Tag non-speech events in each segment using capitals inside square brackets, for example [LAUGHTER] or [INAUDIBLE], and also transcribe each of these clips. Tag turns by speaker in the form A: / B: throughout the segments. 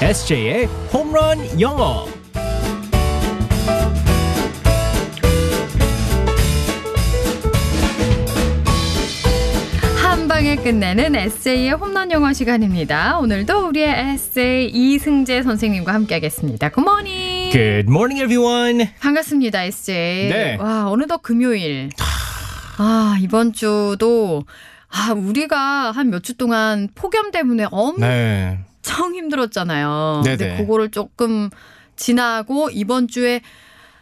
A: SJ의 홈런 영어.
B: 한 방에 끝내는 에세이의 홈런 영어 시간입니다. 오늘도 우리의 에세이 이승재 선생님과 함께하겠습니다. 굿모닝.
A: Good morning, everyone.
B: 반갑습니다, 에세이.
A: 네.
B: 와 어느덧 금요일. 아 이번 주도 아 우리가 한 몇 주 동안 폭염 때문에 엄청
A: 네.
B: 힘들었잖아요. 근데
A: 네네.
B: 그거를 조금 지나고 이번 주에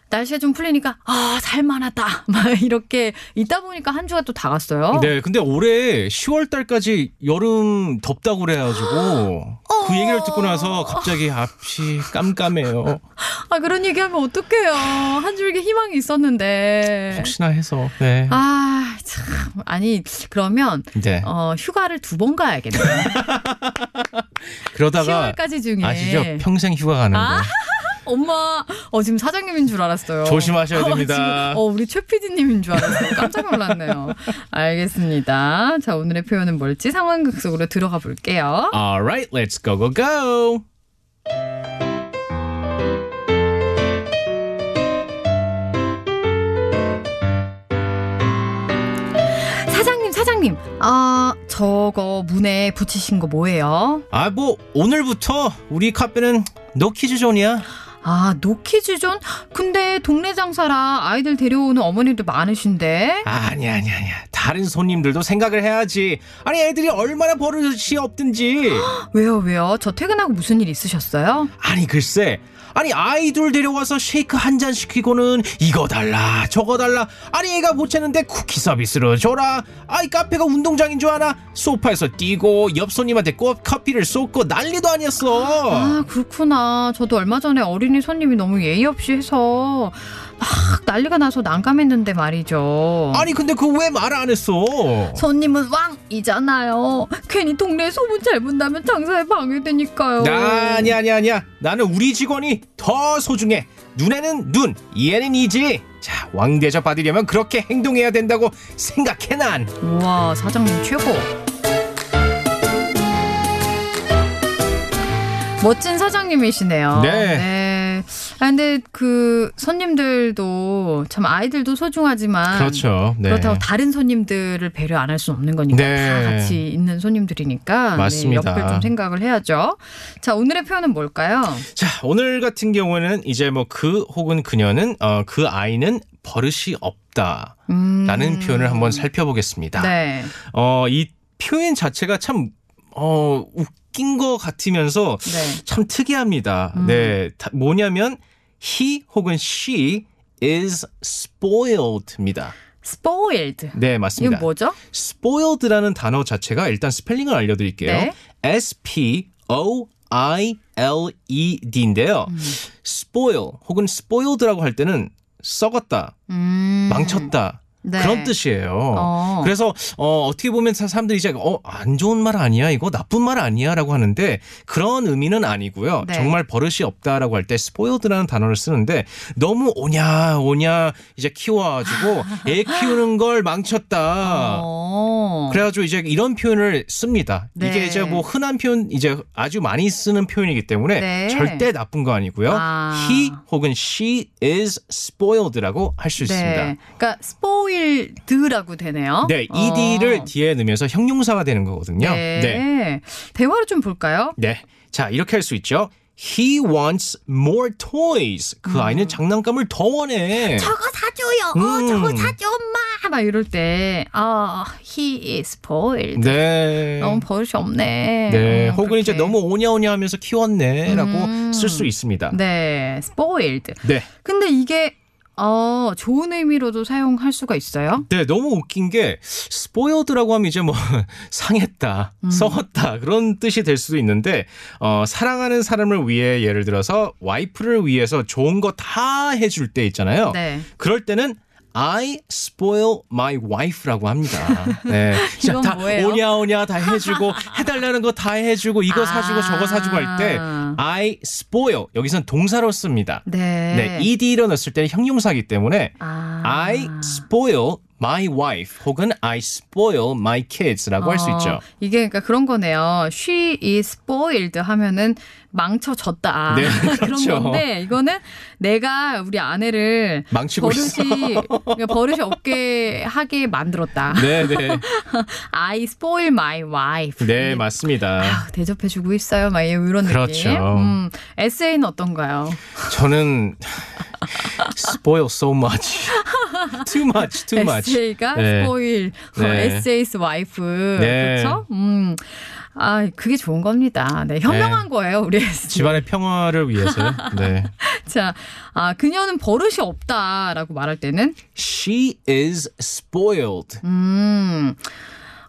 B: 날씨가 좀 풀리니까 아 살만하다 [LAUGHS] 막 이렇게 있다 보니까 한 주가 또 다 갔어요.
A: 네, 근데 올해 10월 달까지 여름 덥다고 그래가지고 그 얘기를 듣고 나서
B: 어.
A: 갑자기 앞이 깜깜해요.
B: 아 그런 얘기하면 어떡해요. 한 줄기 희망이 있었는데.
A: 혹시나 해서. 네.
B: 아, 참. 아니, 그러면,
A: 네.
B: 어, 휴가를 두 번 가야겠네.
A: 그러다가
B: 10월까지 중에.
A: 아시죠? 평생 휴가 가는 거.
B: 아, 엄마. 어, 지금 사장님인 줄 알았어요.
A: 조심하셔야
B: 어,
A: 됩니다.
B: 지금, 어, 우리 최 PD님인 줄 알았어요. 깜짝 놀랐네요. 알겠습니다. 자, 오늘의 표현은 뭘지 상황극 속으로 들어가 볼게요.
A: Alright, let's go, go, go.
B: 사장님, 사장님. 아, 저거 문에 붙이신 거 뭐예요?
A: 아, 뭐, 오늘부터 우리 카페는 노키즈 존이야.
B: 아, 노키즈 존? 근데 동네 장사라 아이들 데려오는 어머니도 많으신데.
A: 아니야, 아니야, 아니야. 다른 손님들도 생각을 해야지. 아니, 애들이 얼마나 버릇이 없든지.
B: 왜요, 왜요? 저 퇴근하고 무슨 일 있으셨어요?
A: 아니, 글쎄. 아니, 아이돌 데려와서 쉐이크 한 잔 시키고는 이거 달라, 저거 달라. 아니, 애가 못 찾는데 쿠키 서비스로 줘라. 아이, 카페가 운동장인 줄 아나? 소파에서 뛰고, 옆 손님한테 꼭 커피를 쏟고 난리도 아니었어.
B: 아, 그렇구나. 저도 얼마 전에 어린이 손님이 너무 예의 없이 해서 막 난리가 나서 난감했는데 말이죠.
A: 아니, 근데 그 왜 말 안 했어?
B: 손님은 왕이잖아요. 괜히 동네에 소문 잘 본다면 장사에 방해되니까요.
A: 나, 아니야 아니야 아니야 나는 우리 직원이 더 소중해 눈에는 눈 이에는 이지 자 왕대접 받으려면 그렇게 행동해야 된다고 생각해 난
B: 우와, 사장님 최고. 멋진 사장님이시네요.
A: 네.
B: 네. 아, 근데 그 손님들도 참 아이들도 소중하지만
A: 네.
B: 그렇다고 다른 손님들을 배려 안 할 수는 없는 거니까
A: 네.
B: 다 같이 있는 손님들이니까 네,
A: 맞습니다.
B: 옆을 좀 생각을 해야죠. 자 오늘의 표현은 뭘까요?
A: 자 오늘 같은 경우에는 이제 뭐 그 혹은 그녀는 어, 그 아이는 버릇이 없다
B: 음,
A: 라는 표현을 한번 살펴보겠습니다
B: 네.
A: 어, 이 표현 자체가 참 어, 웃긴 것 같으면서
B: 네.
A: 참 특이합니다.
B: 음.
A: 네, 다- 뭐냐면 he 혹은 she is spoiled입니다.
B: spoiled.
A: 네,
B: 이건
A: 맞습니다.
B: 뭐죠?
A: spoiled라는 단어 자체가 일단 스펠링을 알려드릴게요.
B: 네.
A: S P O I L E
B: 음.
A: D인데요. spoil 혹은 spoiled라고 할 때는 썩었다,
B: 음.
A: 망쳤다
B: 네.
A: 그런 뜻이에요.
B: 어.
A: 그래서 어, 어떻게 보면 사- 사람들이 이제 어, 안 좋은 말 아니야 이거 나쁜 말 아니야라고 하는데 그런 의미는 아니고요.
B: 네.
A: 정말 버릇이 없다라고 할 때 스포일드라는 단어를 쓰는데 너무 오냐 오냐 이제 키워가지고
B: [LAUGHS]
A: 애 키우는 걸 망쳤다.
B: 어.
A: 그래가지고 이제 이런 표현을 씁니다.
B: 네.
A: 이게 이제 뭐 흔한 표현 이제 아주 많이 쓰는 표현이기 때문에
B: 네.
A: 절대 나쁜 거 아니고요.
B: 아.
A: he 혹은 she is spoiled라고 할 수 있습니다.
B: 네. 그러니까 spoiled라고 되네요.
A: 네,
B: 어.
A: ed를 뒤에 넣으면서 형용사가 되는 거거든요.
B: 네.
A: 네.
B: 대화를 좀 볼까요?
A: 네. 자, 이렇게 할 수 있죠. He wants more toys.
B: 음.
A: 그 아이는 장난감을 더 원해.
B: 저거 사줘요.
A: 네. 음.
B: 어, 저거 사줘, 엄마. 막 이럴 때, 아, he is spoiled.
A: 네.
B: 너무 버릇이 없네.
A: 네.
B: 음,
A: 혹은 이제
B: 그렇게.
A: 너무 오냐오냐 하면서 키웠네라고
B: 음.
A: 쓸 수 있습니다.
B: 네, spoiled.
A: 네.
B: 근데 이게 어 좋은 의미로도 사용할 수가 있어요.
A: 네, 너무 웃긴 게 spoiled라고 하면 이제 뭐 [LAUGHS] 상했다,
B: 음.
A: 썩었다 그런 뜻이 될 수도 있는데 어, 사랑하는 사람을 위해 예를 들어서 와이프를 위해서 좋은 거 다 해줄 때 있잖아요.
B: 네.
A: 그럴 때는 I spoil my wife라고 합니다.
B: [LAUGHS]
A: 네.
B: 이건
A: 다
B: 뭐예요?
A: 오냐 오냐 다 해주고 해달라는 거 다 해주고 이거 사주고
B: 아.
A: 저거 사주고 할 때 I spoil 여기선 동사로 씁니다.
B: 네.
A: 네, ed로 넣었을 때는 형용사이기 때문에
B: 아.
A: I spoil my wife 혹은 I spoil my kids라고 뭐 할 수
B: 어,
A: 있죠.
B: 이게 그러니까 그런 거네요. She is spoiled 하면은 망쳐졌다.
A: 네,
B: [LAUGHS] 그런
A: 그렇죠.
B: 건데 이거는 내가 우리 아내를
A: 망치고
B: 버릇이 그러니까 버릇이 없게 하게 만들었다.
A: 네, 네.
B: [LAUGHS] I spoil my wife.
A: 네, 맞습니다.
B: 아, 대접해주고 있어요, 막 이런
A: 그렇죠.
B: 느낌. 음, 에세이는 어떤가요?
A: 저는 spoil so much. too much, too much.
B: 에세이가
A: 네.
B: spoil, 어,
A: 네.
B: 에세이스 와이프,
A: 네.
B: 그렇죠? 음, 아, 그게 좋은 겁니다. 네, 현명한 거예요, 우리 에세이.
A: 집안의 평화를
B: [LAUGHS]
A: 위해서요. 네.
B: 자, 아, 그녀는 버릇이 없다라고 말할 때는
A: She is spoiled.
B: 음,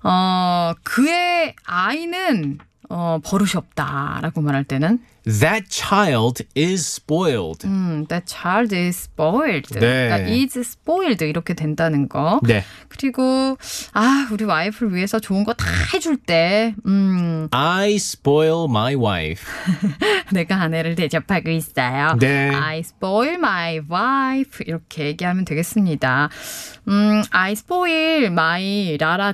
B: 어, 그의 아이는 어, 버릇이 없다라고 말할 때는
A: That child is spoiled.
B: 음, that child is spoiled.
A: 네.
B: 그러니까 is spoiled 이렇게 된다는 거.
A: 네.
B: 그리고 아, 우리 와이프를 위해서 좋은 거 다 해줄 때 음,
A: I spoil my wife.
B: [LAUGHS] 내가 아내를 대접하고 있어요.
A: 네.
B: I spoil my wife 이렇게 얘기하면 되겠습니다. 음, I spoil my 라라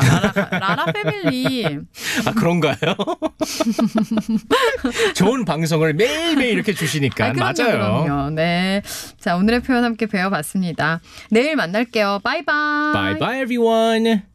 A: [LAUGHS]
B: 라라 라라 패밀리.
A: 아, 그런가요? [LAUGHS] 좋은 방송을 매일매일 이렇게 주시니까.
B: 아, 그럼요,
A: 그러니까 맞아요.
B: 그럼요. 네. 자, 오늘의 표현 함께 배워봤습니다. 내일 만날게요. 바이바이.
A: Bye bye, everyone.